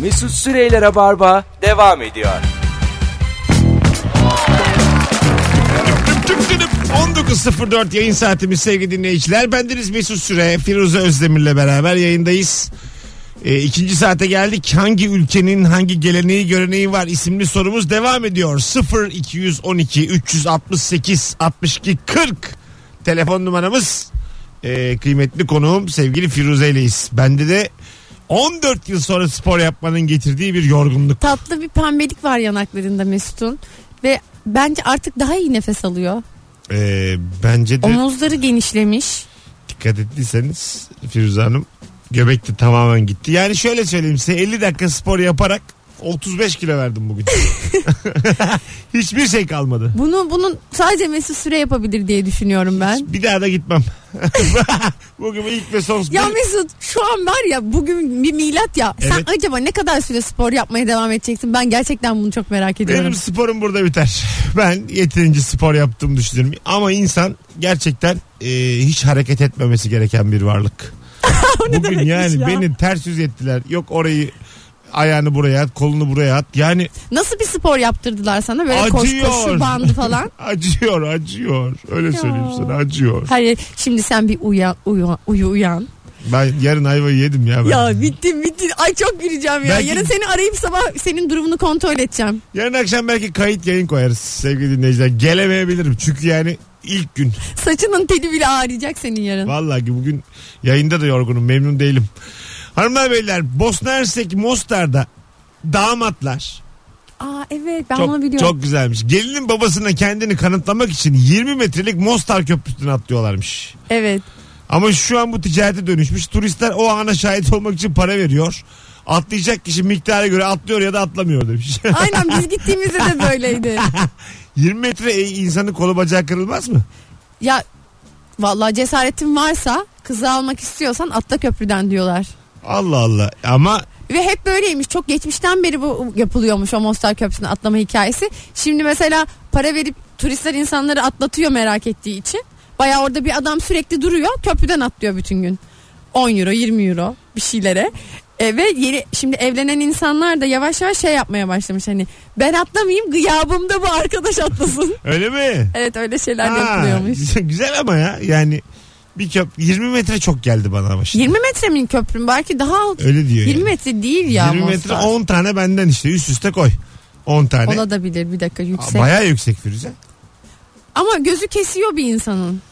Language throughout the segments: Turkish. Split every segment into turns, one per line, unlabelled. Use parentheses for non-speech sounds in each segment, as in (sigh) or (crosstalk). Mesut Süreyler'e barba devam ediyor.
19.04 yayın saatimiz sevgili dinleyiciler. Bendeniz Mesut Süre, Firuze Özdemir'le beraber yayındayız. E, ikinci saate geldik. Hangi ülkenin hangi geleneği göreneği var isimli sorumuz devam ediyor. 0 212 368 62 40 telefon numaramız. E, kıymetli konuğum sevgili Firuze'yleyiz. Bende de 14 yıl sonra spor yapmanın getirdiği bir yorgunluk.
Tatlı bir pembelik var yanaklarında Mesut'un. Ve bence artık daha iyi nefes alıyor.
E, bence de
Omuzları genişlemiş.
dikkat ettiyseniz Firuze Hanım göbek de tamamen gitti. Yani şöyle söyleyeyim size 50 dakika spor yaparak 35 kilo verdim bugün. Hiçbir şey kalmadı.
Bunu bunun sadece Mesut Süre yapabilir diye düşünüyorum ben.
Bir daha da gitmem. bugün ilk ve son spor.
Ya Mesut şu an var ya bugün bir milat ya.
Evet.
Sen acaba ne kadar süre spor yapmaya devam edeceksin? Ben gerçekten bunu çok merak ediyorum.
Benim sporum burada biter. Ben yeterince spor yaptığımı düşünüyorum. Ama insan gerçekten e, hiç hareket etmemesi gereken bir varlık. Bugün
demekmiş
yani
ya?
beni ters yüz ettiler. Yok orayı ayağını buraya at, kolunu buraya at. Yani
Nasıl bir spor yaptırdılar sana? Böyle koş
Acıyor.
koşu bandı falan.
(laughs) acıyor, acıyor. Öyle söyleyeyim sana, acıyor.
Hayır şimdi sen bir uyan, uyu, uyu uyan.
Ben yarın ayvayı yedim ya ben.
Ya bittim bittim. Ay çok güleceğim ya.
Belki-
Yarın seni arayıp sabah senin durumunu kontrol edeceğim.
Yarın akşam belki kayıt yayın koyarız sevgili dinleyiciler. Gelemeyebilirim çünkü yani ilk
(laughs)
gün.
Saçının teli bile ağrıyacak senin yarın.
Vallahi ki bugün yayında da yorgunum memnun değilim. Hanımlar beyler Bosna Hersek Mostar'da damatlar
Aa evet ben onu
çok,
biliyorum.
çok güzelmiş. Gelinin babasına kendini kanıtlamak için 20 metrelik Mostar Köprüsü'ne atlıyorlarmış.
Evet.
Ama şu an bu ticarete dönüşmüş. Turistler o ana şahit olmak için para veriyor. Atlayacak kişi miktara göre atlıyor ya da atlamıyor demiş. (laughs)
Aynen biz gittiğimizde de böyleydi.
20 metre e, insanın kolu bacağı kırılmaz mı?
Ya vallahi cesaretin varsa kızı almak istiyorsan atla köprüden diyorlar.
Allah Allah. Ama
Ve hep böyleymiş. Çok geçmişten beri bu yapılıyormuş o Mostar Köprüsü'nün atlama hikayesi. Şimdi mesela para verip turistler insanları atlatıyor merak ettiği için. Baya orada bir adam sürekli duruyor köprüden atlıyor bütün gün. 10 euro 20 euro bir şeylere. E, ve yeni, şimdi evlenen insanlar da yavaş yavaş şey yapmaya başlamış hani ben atlamayayım gıyabımda bu arkadaş atlasın. (laughs)
öyle mi?
evet öyle şeyler de
Ha,
yapılıyormuş.
güzel- güzel ama ya. Yani bir köp 20 metre çok geldi bana ama şimdi.
20 metre mi köprün belki daha alt.
Öyle diyor.
20
yani.
metre değil ya
20 Ee, metre Hani
Mostar.
10 tane benden işte üst üste koy. 10 tane.
Olabilir bir dakika yüksek.
Baya yüksek Firuze.
Ama gözü kesiyor bir insanın.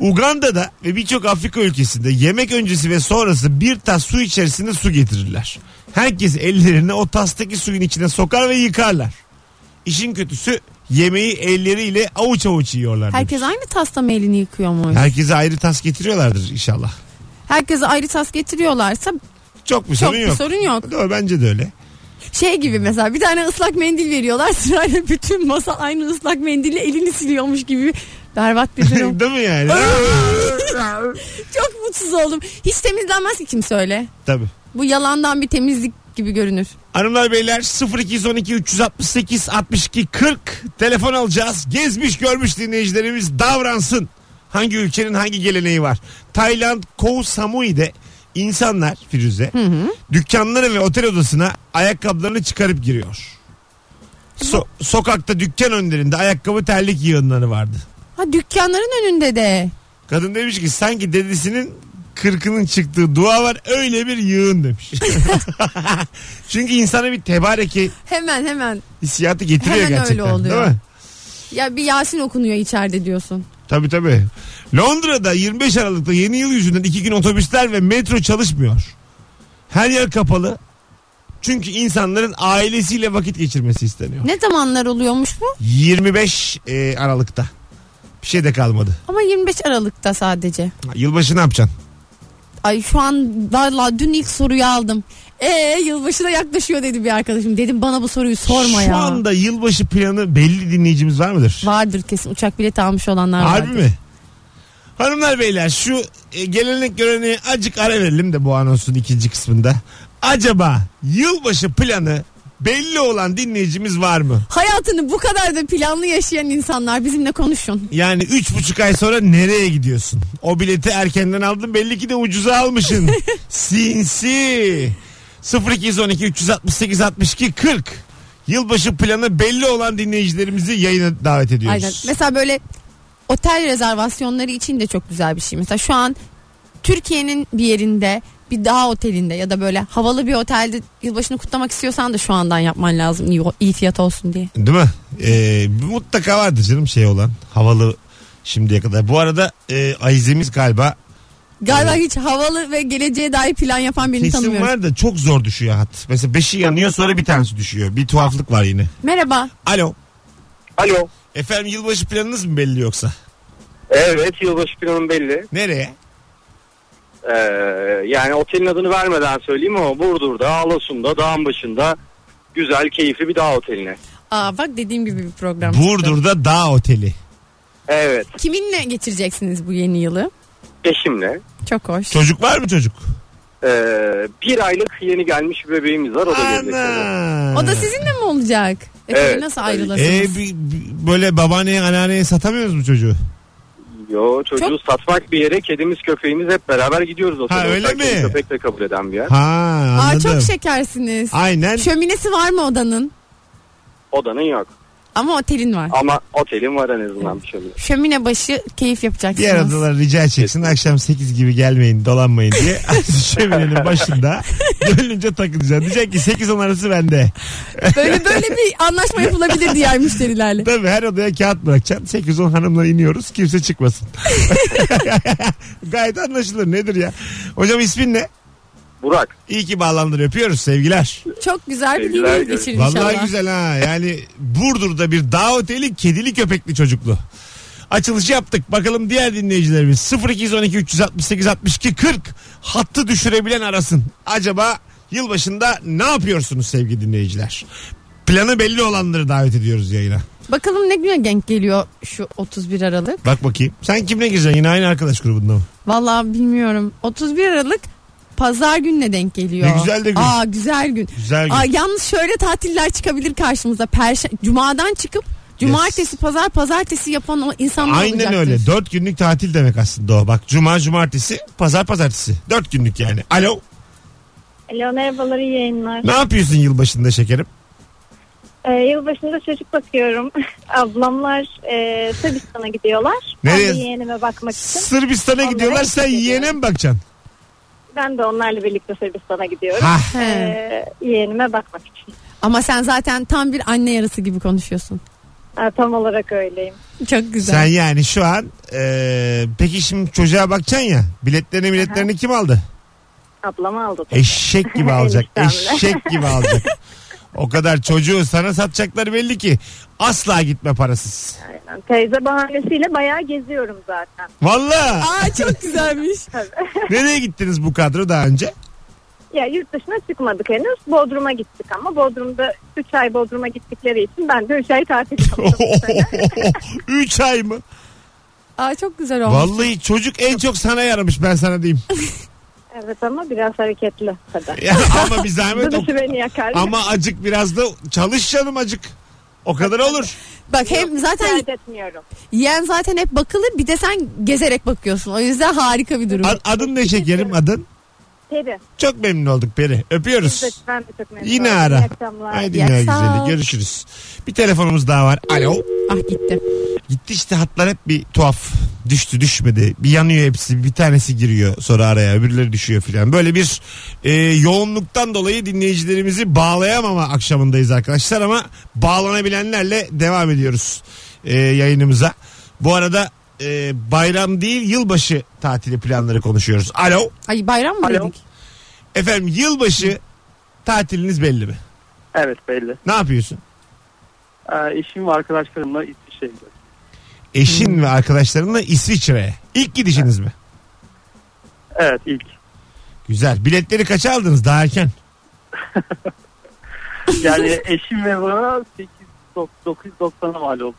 Uganda'da ve birçok Afrika ülkesinde yemek öncesi ve sonrası bir tas su içerisinde su getirirler. Herkes ellerini o tastaki suyun içine sokar ve yıkarlar. İşin kötüsü yemeği elleriyle avuç avuç yiyorlar. demiş.
Herkes aynı tasla mı elini yıkıyormuş?
Herkese ayrı tas getiriyorlardır inşallah.
Herkese ayrı tas getiriyorlarsa
Çok bir
çok
sorun
bir
yok.
sorun yok.
Doğru, bence de öyle.
Şey gibi mesela bir tane ıslak mendil veriyorlar (laughs) sırayla bütün masa aynı ıslak mendille elini siliyormuş gibi berbat bir
(laughs)
durum.
Değil mi yani?
çok mutsuz oldum. Hiç temizlenmez ki kimse öyle.
Tabii.
Bu yalandan bir temizlik gibi görünür.
Hanımlar beyler 0212 368 62 40 telefon alacağız. Gezmiş görmüş dinleyicilerimiz davransın. Hangi ülkenin hangi geleneği var? Tayland Koh Samui'de insanlar Firuze dükkanları ve otel odasına ayakkabılarını çıkarıp giriyor. So- sokakta dükkan önlerinde ayakkabı terlik yığınları vardı.
Ha dükkanların önünde de.
Kadın demiş ki sanki dedesinin kırkının çıktığı dua var öyle bir yığın demiş. (laughs) Çünkü insana bir tebareke
Hemen hemen.
hissiyatı getiriyor
Hemen öyle
gerçekten.
oluyor.
Değil mi?
Ya bir Yasin okunuyor içeride diyorsun.
Tabii tabii. Londra'da 25 Aralık'ta yeni yıl yüzünden iki gün otobüsler ve metro çalışmıyor. Her yer kapalı. Çünkü insanların ailesiyle vakit geçirmesi isteniyor.
Ne zamanlar oluyormuş bu?
25 e, Aralık'ta. Bir şey de kalmadı.
Ama 25 Aralık'ta sadece.
Yılbaşı ne yapacaksın?
Ay şu an valla dün ilk soruyu aldım. Ee yılbaşı da yaklaşıyor dedi bir arkadaşım. Dedim bana bu soruyu sorma
Şu
ya.
anda yılbaşı planı belli dinleyicimiz var mıdır?
Vardır kesin uçak bileti almış olanlar var.
Harbi mi? Hanımlar beyler şu e, gelenek göreneği acık ara verelim de bu anonsun ikinci kısmında. Acaba yılbaşı planı belli olan dinleyicimiz var mı?
Hayatını bu kadar da planlı yaşayan insanlar bizimle konuşun.
Yani üç buçuk ay sonra nereye gidiyorsun? O bileti erkenden aldın belli ki de ucuza almışsın. Sinsi. 0212 368 62 40 yılbaşı planı belli olan dinleyicilerimizi yayına davet ediyoruz.
Aynen. Mesela böyle otel rezervasyonları için de çok güzel bir şey. Mesela şu an Türkiye'nin bir yerinde bir dağ otelinde ya da böyle havalı bir otelde yılbaşını kutlamak istiyorsan da şu andan yapman lazım iyi, iyi fiyat olsun diye.
Değil mi? Ee, mutlaka vardır canım şey olan havalı şimdiye kadar. Bu arada e, Ayzemiz galiba
Galiba hiç havalı ve geleceğe dair plan yapan birini
kesin
tanımıyorum.
var da çok zor düşüyor hat. Mesela beşi yanıyor sonra bir tanesi düşüyor. Bir tuhaflık var yine.
Merhaba.
Alo.
Alo.
Efendim yılbaşı planınız mı belli yoksa?
Evet yılbaşı planım belli.
Nereye?
Ee, yani otelin adını vermeden söyleyeyim ama Burdur'da, Alasun'da, dağın başında güzel, keyifli bir dağ oteline.
Aa bak dediğim gibi bir program. çıktı.
Burdur'da Dağ Oteli.
Evet.
Kiminle geçireceksiniz bu yeni yılı?
Eşimle.
Çok hoş.
Çocuk var mı çocuk?
Ee, bir aylık yeni gelmiş bir bebeğimiz var. O da gelecek.
Ana.
O da sizinle mi olacak? E tabii
Evet.
nasıl
Ee,
ayrılırsınız?
Ee, bi- bi- böyle babaanneye anneanneye satamıyoruz mu çocuğu?
Yo çocuğu satmak bir yere kedimiz köpeğimiz hep beraber gidiyoruz otele.
Ha, öyle
Otel kedi
mi?
Köpek de kabul eden bir yer.
Ha
Aa
anladım.
çok şey- şekersiniz.
Aynen.
Şöminesi var mı odanın?
Odanın yok.
Ama otelin var.
Ama otelin var en azından bir şey. yok.
Şömine başı keyif yapacaksınız.
Diğer adalara rica edeceksin akşam 8 gibi gelmeyin dolanmayın diye şöminenin başında gönlünce takılacaksın. Diyecek ki 8 10 arası bende.
(laughs) Böyle böyle bir
(laughs)
anlaşma yapılabilir diğer müşterilerle.
Tabii her odaya kağıt bırakacaksın. 8 10 hanımla iniyoruz kimse çıkmasın. Gayet anlaşılır nedir ya. Hocam ismin ne?
Burak.
İyi ki bağlandın öpüyoruz sevgiler.
Çok güzel bir
Sevgiler
yıl
görüşürüz.
geçirin
Vallahi
inşallah.
güzel ha. Yani Burdur'da bir dağ oteli kedili köpekli çocuklu. Açılışı yaptık. Bakalım diğer dinleyicilerimiz 0212 368 62 40 hattı düşürebilen arasın. Acaba yılbaşında ne yapıyorsunuz sevgili dinleyiciler? Planı belli olanları davet ediyoruz yayına.
Bakalım ne güne denk geliyor şu 31 Aralık.
Bak bakayım. Sen kimle gireceksin? Yine aynı arkadaş grubunda mı?
Vallahi bilmiyorum. 31 Aralık pazar gününe denk geliyor.
Ne güzel de gün.
Aa güzel gün.
Güzel gün.
Aa, yalnız şöyle tatiller çıkabilir karşımıza. Perşem Cuma'dan çıkıp Cumartesi, pazar, pazartesi yapan o insanlar
Aynen
olacaktır.
öyle. Dört günlük tatil demek aslında o. Bak cuma cumartesi, pazar pazartesi. Dört günlük yani. Alo.
Alo merhabalar iyi yayınlar.
Ne yapıyorsun yılbaşında şekerim?
Ee, yılbaşında çocuk bakıyorum. (laughs) Ablamlar e, Sırbistan'a gidiyorlar.
Nereye?
Ben de yeğenime bakmak için.
Sırbistan'a
Onlara
gidiyorlar.
eşlik
Sen
ediyorum.
yeğene mi bakacaksın?
Ben de onlarla birlikte Sırbistan'a gidiyorum.
Ha.
He.
Ee, yeğenime bakmak için.
Ama sen zaten tam bir anne yarısı gibi konuşuyorsun.
Ha, tam olarak öyleyim.
Çok güzel.
Sen yani şu an e, peki şimdi çocuğa bakacaksın ya biletlerini biletlerini kim aldı?
Ablam aldı. tabii.
Eşek gibi alacak.
Eniştemle.
Eşek gibi alacak. O kadar çocuğu sana satacaklar belli ki. Asla gitme parasız.
Aynen. Teyze bahanesiyle bayağı geziyorum zaten.
Valla
Aa çok güzelmiş.
nereye gittiniz bu kadro daha önce?
Ya yurt dışına çıkmadık henüz. Bodrum'a gittik ama Bodrum'da 3 ay Bodrum'a gittikleri için ben de 3 ay tatil
(laughs)
yaptım.
3 ay mı?
Aa çok güzel olmuş.
Vallahi çocuk en çok sana yaramış ben sana diyeyim. (laughs)
evet ama biraz hareketli tabii.
Ya ama bir zahmet o-
Duruşu beni yakar.
ama acık biraz da çalış canım acık. O kadar olur.
Bak hem
Yok,
zaten
şikayet etmiyorum.
yeğen zaten hep bakılır bir de sen gezerek bakıyorsun. O yüzden harika bir durum.
A- adın ne şekerim adın?
Peri.
Çok memnun olduk Peri. Öpüyoruz.
Evet, ben de çok memnun
Yine
oldum.
ara.
İyi akşamlar.
Haydi
İyi
ya
akşamlar.
güzeli görüşürüz. Bir telefonumuz daha var. Alo.
ah gitti.
Gitti işte hatlar hep bir tuhaf. Düştü düşmedi. Bir yanıyor hepsi. Bir tanesi giriyor sonra araya. Öbürleri düşüyor filan. Böyle bir e, yoğunluktan dolayı dinleyicilerimizi bağlayamama akşamındayız arkadaşlar. Ama bağlanabilenlerle devam ediyoruz e, yayınımıza. Bu arada e, bayram değil yılbaşı tatili planları konuşuyoruz. Alo.
Ay bayram mı
Alo.
dedik?
Efendim yılbaşı tatiliniz belli mi?
Evet belli.
Ne yapıyorsun?
Ee, eşim ve arkadaşlarımla
şey
İsviçre'ye gidiyoruz.
Eşin ve arkadaşlarınla İsviçre'ye. İlk gidişiniz mi?
Evet
(laughs)
ilk.
Güzel. Biletleri kaça aldınız daha erken?
Yani eşim ve bana 8, 990'a mal oldu.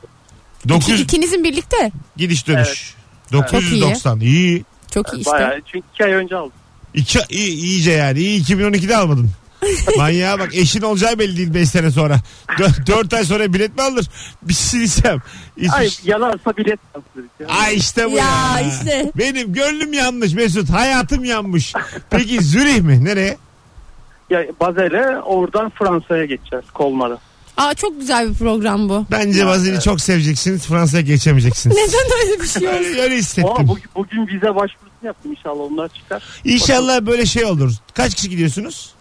9
İkinizin birlikte.
gidiş dönüş. 990. iyi. iyi.
Çok iyi işte.
Bayağı çünkü 2 ay önce aldım.
İki, iyi- iyice yani. İyi 2012'de almadın. Manyağa bak eşin olacağı belli değil 5 sene sonra. 4 ay sonra bilet mi alır? Bir şey diyeceğim.
Ay
İsviçre-
yalansa bilet yansıdık.
Ay işte bu ya.
Ya işte.
Benim gönlüm yanmış Mesut. Hayatım yanmış. Peki Zürih mi? Nereye?
ya- Bazel'e oradan Fransa'ya geçeceğiz Kolmar'a.
Aa çok güzel bir program bu.
Bence Bazel'i çok seveceksiniz. Fransa'ya geçemeyeceksiniz.
Neden öyle bir şey oldu?
Öyle, öyle
Aa,
hissettim.
bu- bugün vize başvurusunu yaptım inşallah onlar çıkar.
İnşallah böyle şey olur. Kaç kişi gidiyorsunuz?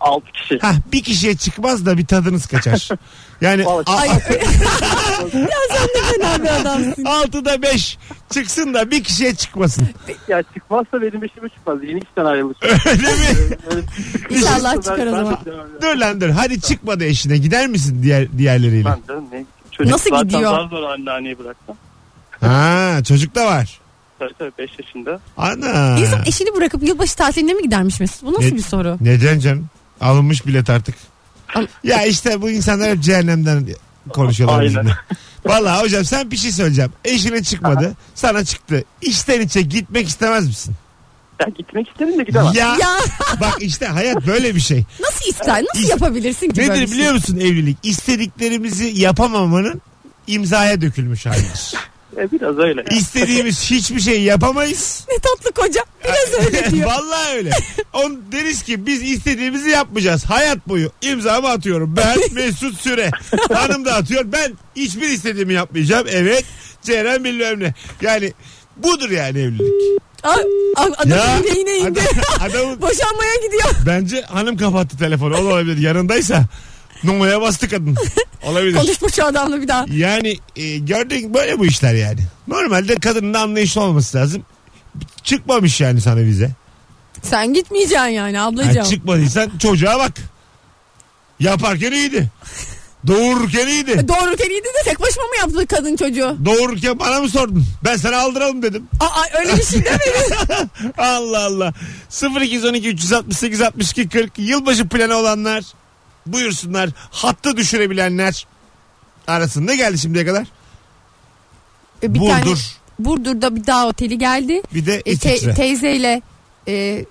6 kişi.
Hah bir kişiye çıkmaz da bir tadınız kaçar. Yani
Vallahi-
a-
Ay. ya sen ne fena
(laughs)
bir adamsın.
altıda beş çıksın da bir kişiye çıkmasın.
Ya çıkmazsa benim işime çıkmaz. Yeni işten ayrılır.
Öyle mi?
İnşallah çıkar o zaman.
dur lan dur. Hadi çıkmadı eşine. Gider misin diğer diğerleriyle?
Ben canım ne? Çocuk
Nasıl
zaten
gidiyor?
Daha zor anneanneye bıraktım.
Ha çocuk da var.
Tabii tabii 5 yaşında.
Ana.
İnsan eşini bırakıp yılbaşı tatiline mi gidermiş Mesut? Bu
Ne-
nasıl bir soru?
Neden canım? Alınmış bilet artık.
Al-
ya işte bu insanlar hep cehennemden konuşuyorlar
Aynen.
bizimle. Valla hocam sen bir şey söyleyeceğim. Eşine çıkmadı. sana çıktı. İçten içe gitmek istemez misin?
Ya gitmek istedim de gidemem.
Ya
Ya (laughs)
bak işte hayat böyle bir şey.
nasıl ister? Nasıl yapabilirsin ki böyle bir
Nedir
şey?
biliyor musun evlilik? İstediklerimizi yapamamanın imzaya dökülmüş
(laughs)
halidir.
E, biraz öyle.
İstediğimiz hiçbir şey yapamayız.
Ne tatlı koca.
(laughs)
Biraz öyle diyor.
Vallahi öyle. On deriz ki biz istediğimizi yapmayacağız. Hayat boyu imzamı atıyorum.
(laughs)
Ben Mesut Süre. Hanım da atıyor. Ben hiçbir istediğimi yapmayacağım. Evet. Ceren bilmem ne. Yani budur yani evlilik.
Aa, aa, Adamın yüreğine indi.
adam- adamın-
(laughs) Boşanmaya gidiyor.
bence hanım kapattı telefonu. O da olabilir. Yanındaysa numaraya bastı kadın. Olabilir.
Konuşma şu adamla bir daha.
Yani e, gördün böyle bu işler yani. Normalde kadının da anlayışlı olması lazım. Çıkmamış yani sana vize.
Sen gitmeyeceksin yani
Yani
ablacığım.
çıkmadıysan çocuğa bak. Yaparken iyiydi. Doğururken
E,
iyiydi.
Doğururken iyiydi de tek başıma mı yaptı kadın çocuğu?
Doğururken bana mı sordun? Ben sana aldıralım dedim.
Aa öyle bir
(laughs)
şey demedi.
Allah Allah. 0212 368 62 40 yılbaşı planı olanlar buyursunlar. Hatta düşürebilenler arasın. Ne geldi şimdiye kadar?
E, bir
Burdur.
tane Burdur'da bir dağ oteli geldi.
Bir de
E, te-
İsviçre.
teyzeyle e,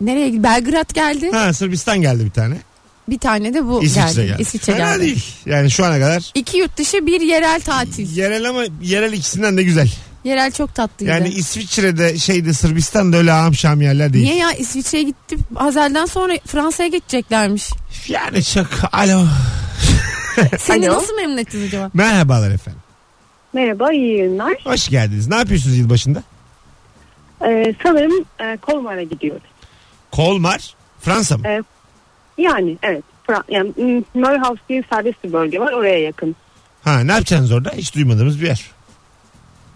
nereye gitti? Belgrad geldi.
Ha Sırbistan geldi bir tane.
Bir tane de bu
İsviçre
geldi.
geldi.
İsviçre
Fena
geldi.
değil. Yani şu ana kadar
İki yurt dışı bir yerel tatil.
yerel ama yerel ikisinden de güzel.
Yerel çok tatlıydı.
Yani İsviçre'de şeyde Sırbistan'da öyle aham şam yerler değil.
Niye ya İsviçre'ye gitti? Hazel'den sonra
(laughs)
Fransa'ya geçeceklermiş.
Yani çok alo.
Seni de
Alo.
nasıl memnun ettiniz acaba?
Merhabalar efendim.
Merhaba iyi yayınlar.
Hoş geldiniz. Ne yapıyorsunuz yılbaşında?
Ee, sanırım e, Kolmar'a gidiyoruz.
Kolmar. Fransa mı?
Evet. Yani evet. Fra- yani, m, Neuhaus diye serbest bir bölge var oraya yakın.
Ha ne yapacaksınız orada? Hiç duymadığımız bir yer.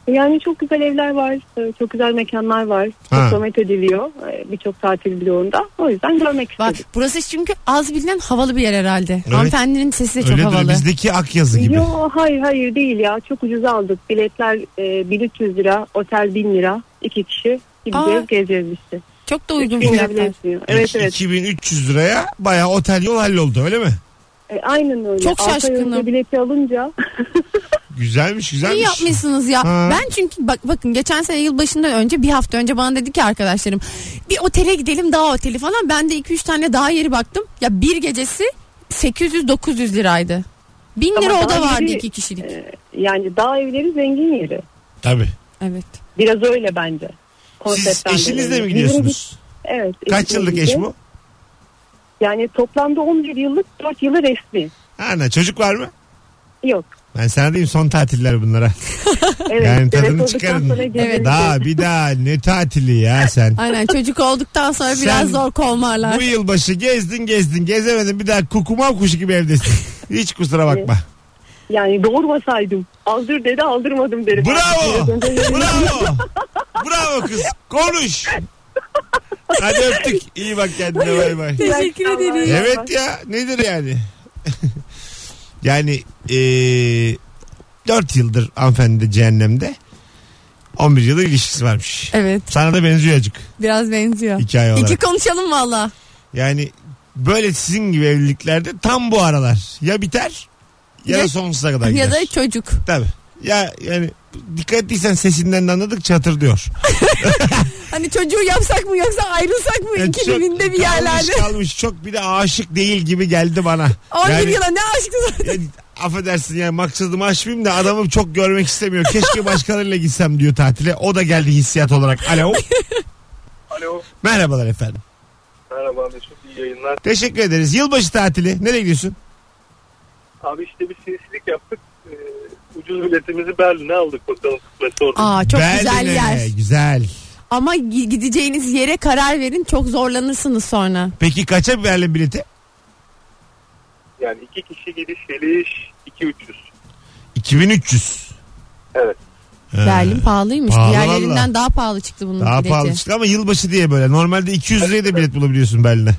Yani çok güzel evler var, e, çok güzel mekanlar var.
Ha.
Çok zahmet ediliyor e, birçok tatil bloğunda. O yüzden görmek
Bak
istedim.
burası çünkü az bilinen havalı bir yer herhalde. Hanımefendinin sesi de çok
Öyledir
havalı.
bizdeki Akyazı gibi.
Yo hayır hayır değil ya çok ucuza aldık. Biletler e, 1300 lira, otel 1000 lira, iki kişi
Aa.
gideceğiz gezeceğiz işte.
Çok da uygun
Bin lira bile
fiyatlar.
etmiyor. Evet
İki-
evet
2300 liraya bayağı otel yol halloldu öyle mi?
E, aynen öyle.
Çok
Altı ay önce
şaşkınım.
bileti alınca
Güzelmiş güzelmiş.
İyi yapmışsınız ya.
Ha.
Ben çünkü bak bakın geçen sene yılbaşından önce bir hafta önce bana dedi ki arkadaşlarım bir otele gidelim dağ oteli falan. Ben de 2-3 tane dağ yeri baktım. Ya bir gecesi 800-900 liraydı. 1000
Ama
lira oda
dağ
vardı
yeri, e,
iki kişilik.
yani dağ evleri zengin yeri.
Tabii.
Evet.
Biraz öyle bence.
Siz
Konseptten de
eşinizle
öyle.
mi
Bizim
gidiyorsunuz?
bir- Evet.
Kaç
eşimle
yıllık eş
gidiyoruz.
bu?
Yani toplamda 11 yıllık 4 yılı resmi.
Ana çocuk var mı? (laughs)
Yok.
Ben sana diyeyim son tatiller bunlara.
Evet.
Yani tadını
olduktan
çıkarın.
sonra gezeriz.
Evet.
Daha bir daha ne tatili ya sen.
Aynen çocuk olduktan sonra
Sen-
biraz zor kolmarlar. (laughs)
Bu yılbaşı gezdin gezdin gezemedin bir daha kukuma kuşu gibi evdesin. Hiç kusura bakma.
Yani doğurmasaydım. Aldır dedi aldırmadım derim.
Bravo.
Biraz önce yayın-
Bravo. Bravo kız. Konuş. Hadi öptük. İyi bak kendine bay bay.
Teşekkür ederim.
Evet ya nedir yani? (laughs) yani e, 4 yıldır hanımefendi de cehennemde 11 yıldır ilişkisi varmış.
Evet
Sana da benziyor acık
biraz benziyor.
hikaye olarak.
İki konuşalım valla.
Yani böyle sizin gibi evliliklerde tam bu aralar ya biter ya,
Ya-
sonsuza kadar gider.
Ya da çocuk.
Tabii. Ya yani dikkat ettiysen sesinden de anladık çatır diyor.
Hani çocuğu yapsak mı yoksa ayrılsak mı?
Yani
İki
çok
dibinde bir yerlerde.
Kalmış, kalmış çok bir de aşık değil gibi geldi bana.
11
Yani-
yıla ne aşkı zaten.
Yani, affedersin yani maksadımı aşmayayım da adamı çok görmek istemiyor. Keşke başkalarıyla gitsem diyor
(laughs)
tatile. O da geldi hissiyat olarak. Alo.
Alo.
Merhabalar efendim.
Merhaba Mesut iyi yayınlar.
Teşekkür ederiz. Yılbaşı tatili. Nereye gidiyorsun?
Abi işte bir sinsilik yaptık. Ee, ucuz biletimizi Berlin'e aldık bakalım kısmetse orada.
Aa çok
Berlin'e.
güzel yer.
Güzel.
Ama gi- gideceğiniz yere karar verin. Çok zorlanırsınız sonra.
Peki kaça Berlin bileti?
Yani iki kişi gidiş geliş 2300.
2300.
Evet.
Ee,
Berlin pahalıymış.
pahalı
Diğerlerinden
valla.
daha pahalı çıktı bunun
Daha
bileti.
pahalı çıktı ama yılbaşı diye böyle. Normalde 200 liraya da bilet bulabiliyorsun Berlin'e.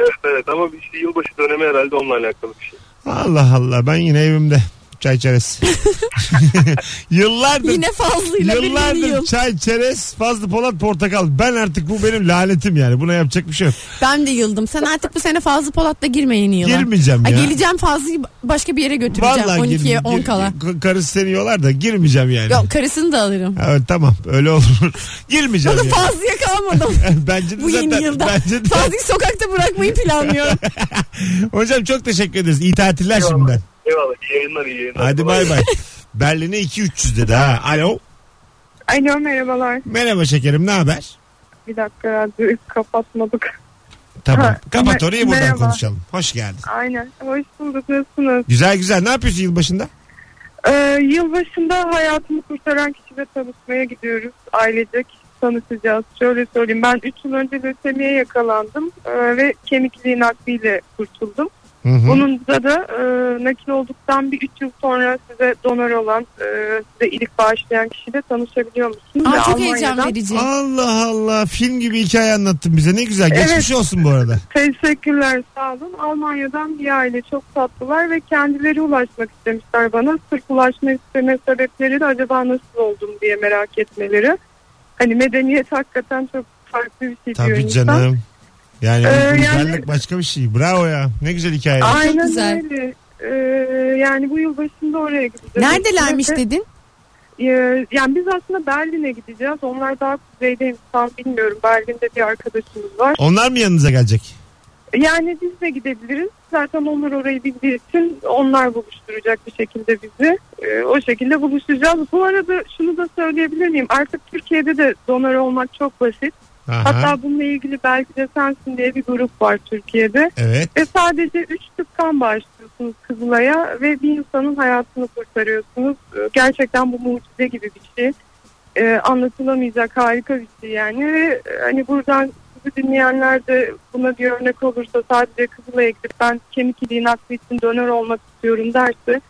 Evet evet ama işte yılbaşı dönemi herhalde onunla alakalı bir şey.
Allah Allah ben yine evimde çay
(laughs)
çerez. yıllardır
Yine fazlıyla birini
yıllardır
yiyorum.
çay çerez fazla polat portakal. Ben artık bu benim lanetim yani. Buna yapacak bir şey yok.
Ben de yıldım. Sen artık bu sene Fazlı Polat'la girme yeni yıla.
Girmeyeceğim
Ha,
ya.
geleceğim Fazlı'yı başka bir yere götüreceğim.
Vallahi
12'ye
girmeyeceğim.
10 kala.
Gir- Karısı seni yolar da girmeyeceğim yani.
Yok karısını da alırım.
Ha, öyle- tamam öyle olur. (laughs) girmeyeceğim
Bana
yani.
Fazlı'ya
(laughs)
kalmadım.
bence de
bu yeni
zaten-
yılda.
Bence de-
Fazlı'yı sokakta
(laughs)
bırakmayı planlıyorum.
Hocam çok teşekkür ederiz. İyi tatiller şimdiden.
Eyvallah iyi yayınlar iyi yayınlar.
Hadi
Kolay
bay
(laughs)
bay. Berlin'e 2300 dedi ha. Alo.
Alo merhabalar.
Merhaba şekerim ne haber?
Bir dakika radyoyu kapatmadık.
Tamam.
Ha,
Kapat
me-
orayı buradan
merhaba.
konuşalım. Hoş geldin.
Aynen. Hoş bulduk. Nasılsınız?
Güzel güzel. Ne yapıyorsun yılbaşında?
Ee, yılbaşında hayatımı kurtaran kişiyle tanışmaya gidiyoruz. Ailecek tanışacağız. Şöyle söyleyeyim. Ben 3 yıl önce lösemiye yakalandım ee, ve kemikliğin nakliyle kurtuldum.
Hı hı.
Bununla da e, nakil olduktan bir 3 yıl sonra size donör olan, e, size ilik bağışlayan kişiyle tanışabiliyor musunuz? Ve
Aa, çok heyecan
Almanya'dan-
verici.
Allah Allah. Film gibi hikaye anlattın bize. Ne güzel. Geçmiş olsun bu arada.
Teşekkürler sağ olun. Almanya'dan bir aile çok tatlılar ve kendileri ulaşmak istemişler bana. Sırf ulaşma isteme sebepleri de acaba nasıl oldum diye merak etmeleri. Hani medeniyet hakikaten çok farklı bir şey diyor
Tabii
insan.
canım. Yani
Ee,
uygarlık
yani-
başka bir şey. Bravo ya. Ne güzel hikaye.
Aynen
Çok güzel.
öyle. Ee, yani bu yıl başında oraya gideceğiz.
Neredelermiş
Ve-
dedin?
Ee, yani biz aslında Berlin'e gideceğiz. Onlar daha kuzeydeymiş tam bilmiyorum. Berlin'de bir arkadaşımız var.
Onlar mı yanınıza gelecek?
Yani biz de gidebiliriz. Zaten onlar orayı bildiği için onlar buluşturacak bir şekilde bizi. Ee, o şekilde buluşacağız. Bu arada şunu da söyleyebilir miyim? Artık Türkiye'de de donör olmak çok basit.
Aha.
Hatta bununla ilgili belki de sensin diye bir grup var Türkiye'de.
Evet.
Ve E, sadece 3 tıp kan bağışlıyorsunuz Kızılay'a ve bir insanın hayatını kurtarıyorsunuz. Ee, Gerçekten bu mucize gibi bir şey. Ee, anlatılamayacak harika bir şey yani. Ve e, hani buradan bizi dinleyenler de buna bir örnek olursa sadece Kızılay'a gidip ben kemik iliğin aklı için donör olmak istiyorum derse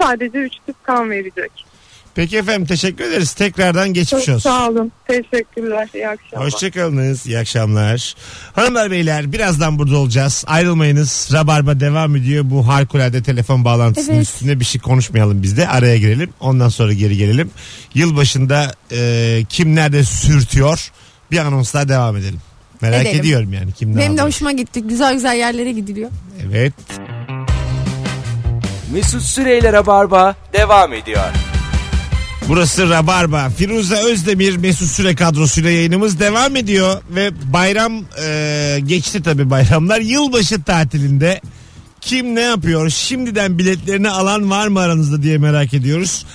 sadece 3 tıp kan verecek.
Peki efendim teşekkür ederiz. Tekrardan
Çok
geçmiş olsun.
sağ olun. Teşekkürler. İyi akşamlar.
Hoşçakalınız. İyi akşamlar. Hanımlar beyler birazdan burada olacağız. Ayrılmayınız. Rabarba devam ediyor. Bu harikulade telefon bağlantısının
Evet.
üstüne bir şey konuşmayalım biz de. Araya girelim. Ondan sonra geri gelelim. Yılbaşında e, kim nerede sürtüyor? Bir anonsla devam edelim. Merak
Edelim.
ediyorum yani kim ne
Benim de
yapıyor.
hoşuma gitti. Güzel güzel yerlere gidiliyor.
Evet.
Mesut Süreyler'e barba devam ediyor.
Burası Rabarba. Firuze Özdemir Mesut Süre kadrosuyla yayınımız devam ediyor. Ve bayram e, geçti tabi bayramlar. Yılbaşı tatilinde kim ne yapıyor? Şimdiden biletlerini alan var mı aranızda diye merak ediyoruz.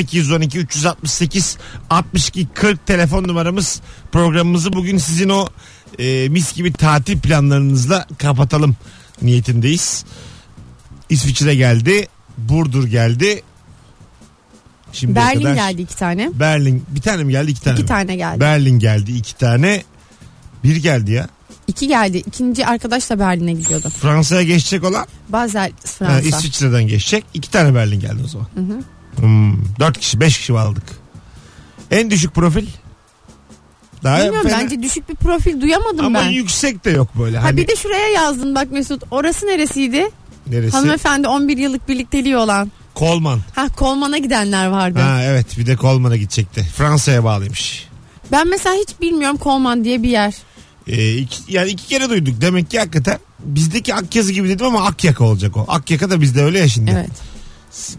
0212 368 62 40 telefon numaramız. Programımızı bugün sizin o e, mis gibi tatil planlarınızla kapatalım niyetindeyiz. İsviçre geldi. Burdur geldi. Şimdi
Berlin geldi iki tane.
Berlin bir tane mi geldi iki tane
İki
mi?
tane geldi.
Berlin geldi iki tane. Bir geldi ya.
İki geldi. İkinci arkadaş da Berlin'e gidiyordu.
Fransa'ya geçecek olan
Bazel
ha,
Fransa.
İsviçre'den geçecek. iki tane Berlin geldi o zaman. Hmm, dört kişi beş kişi aldık. En düşük profil. Daha
Bilmiyorum
fena.
bence düşük bir profil duyamadım
Ama
ben.
yüksek de yok böyle.
Ha
hani
bir de şuraya yazdın bak Mesut. Orası neresiydi?
neresi?
Hanımefendi 11 yıllık birlikteliği olan.
Kolman.
Ha Kolman'a gidenler vardı.
Ha evet bir de Kolman'a gidecekti. Fransa'ya bağlıymış.
Ben mesela hiç bilmiyorum Kolman diye bir yer.
Ee, iki- yani iki kere duyduk. Demek ki hakikaten bizdeki Akyazı gibi dedim ama Akyaka olacak o. Akyaka da bizde öyle ya şimdi.
Evet.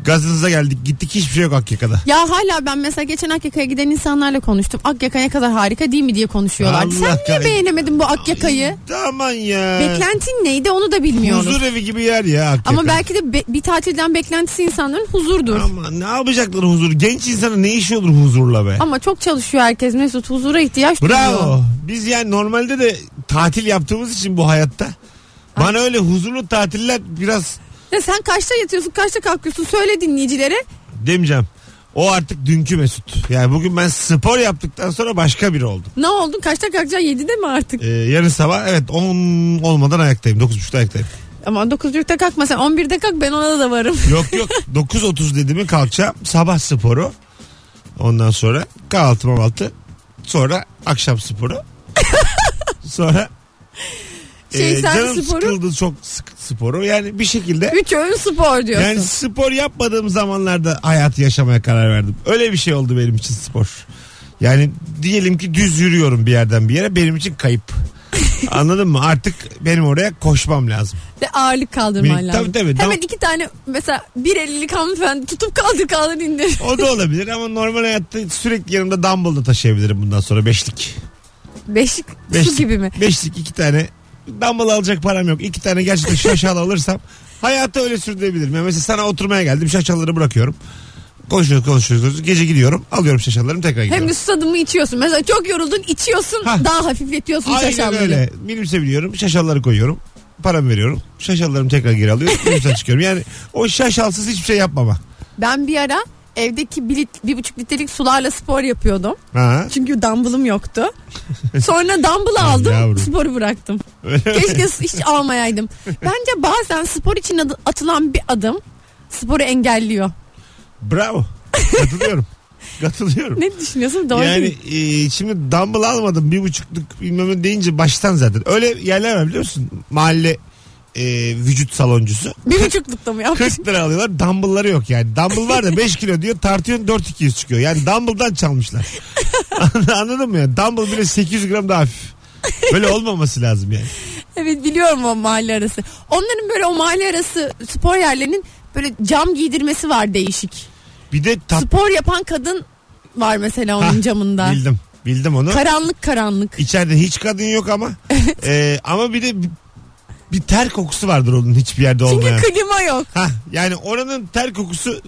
Gazınıza geldik gittik hiçbir şey yok Akyaka'da.
Ya hala ben mesela geçen Akyaka'ya giden insanlarla konuştum. Akyaka ne kadar harika değil mi diye konuşuyorlardı.
Allah
Sen niye
kahretsin.
beğenemedin bu Akyaka'yı?
Aman ya.
Beklentin neydi onu da bilmiyoruz.
Huzur evi gibi yer ya Akyaka.
Ama belki de be- bir tatilden beklentisi insanların huzurdur.
Ama ne yapacaklar huzur? Genç insana ne işi olur huzurla be?
Ama çok çalışıyor herkes Mesut. Huzura ihtiyaç duyuyor.
Bravo. Biz yani normalde de tatil yaptığımız için bu hayatta. Bana öyle huzurlu tatiller biraz
Ya sen kaçta yatıyorsun kaçta kalkıyorsun söyle dinleyicilere.
demeyeceğim. O artık dünkü Mesut. Yani bugün ben spor yaptıktan sonra başka biri oldum.
Ne oldun kaçta kalkacaksın 7'de mi artık?
Ee, yarın sabah evet 10 olmadan ayaktayım. 9.30'da ayaktayım.
Ama 9.30'da kalkma sen 11'de kalk ben ona da varım.
Yok yok 9.30 dedi mi kalkacağım. Sabah sporu. Ondan sonra kahvaltı mahvaltı. Sonra akşam sporu.
(laughs)
sonra
Şey,
e,
sen
canım
sporu-
sıkıldı çok sık sporu. Yani bir şekilde
3 öğün spor diyorsun.
yani spor yapmadığım zamanlarda hayatı yaşamaya karar verdim. Öyle bir şey oldu benim için spor. Yani diyelim ki düz yürüyorum bir yerden bir yere benim için
(laughs)
kayıp. Anladın mı? Artık benim oraya koşmam lazım.
Ve ağırlık kaldırman
Bir-
lazım.
tabii, tabii,
Hemen
tamam.
iki tane mesela 1.50'lik hanımefendi tutup kaldır kaldır indir.
O da olabilir ama normal hayatta sürekli yanımda dumbbell da taşıyabilirim bundan sonra beşlik.
Beşlik, su
Beşlik,
gibi mi?
Beşlik iki tane dumbbell alacak param yok. İki tane gerçekten şaşalı alırsam (laughs) hayatı öyle sürdürebilirim. Yani mesela sana oturmaya geldim şaşaları bırakıyorum. Konuşuyoruz konuşuyoruz. Gece gidiyorum alıyorum şaşalarımı tekrar gidiyorum.
Hem de susadımı içiyorsun. Mesela çok yoruldun içiyorsun
Hah.
daha hafifletiyorsun
Aynen
şaşalları.
öyle. Minibüse biniyorum şaşaları koyuyorum. Paramı veriyorum. Şaşalarımı tekrar geri alıyorum. (laughs) Minibüse çıkıyorum. Yani o şaşalsız hiçbir şey yapmama.
Ben bir ara evdeki bir, lit- bir buçuk litrelik sularla spor yapıyordum.
Ha.
Çünkü dumbbellım yoktu.
(laughs)
Sonra dumbbell
Ay
aldım
yavrum. (laughs)
sporu bıraktım.
Öyle mi?
Keşke hiç almayaydım. Bence bazen spor için adı- atılan bir adım sporu engelliyor. (laughs)
Bravo. Katılıyorum. Katılıyorum.
Ne düşünüyorsun? Doğru değil mi?
yani e, şimdi dumbbell almadım bir buçukluk bilmem ne deyince baştan zaten. Öyle yerler var biliyor musun? Mahalle e, vücut saloncusu.
Bir buçuklukta mı yapmış?
40 lira alıyorlar dumbbellları yok yani. Dumbbell var da 5 kilo diyor tartıyorsun 4 200 çıkıyor. Yani dumbbell'dan çalmışlar. (laughs) Anladın mı ya? Dumbbell bile 800 gram daha hafif. Böyle olmaması lazım yani.
Evet biliyorum o mahalle arası. Onların böyle o mahalle arası spor yerlerinin böyle cam giydirmesi var değişik.
Bir de tat...
Spor yapan kadın var mesela onun
Hah,
camında.
Bildim. Bildim onu.
Karanlık karanlık.
İçeride hiç kadın yok ama. E, ama bir de bir- bir ter kokusu vardır onun hiçbir yerde olmayan.
Çünkü klima yok.
Hah, yani oranın ter kokusu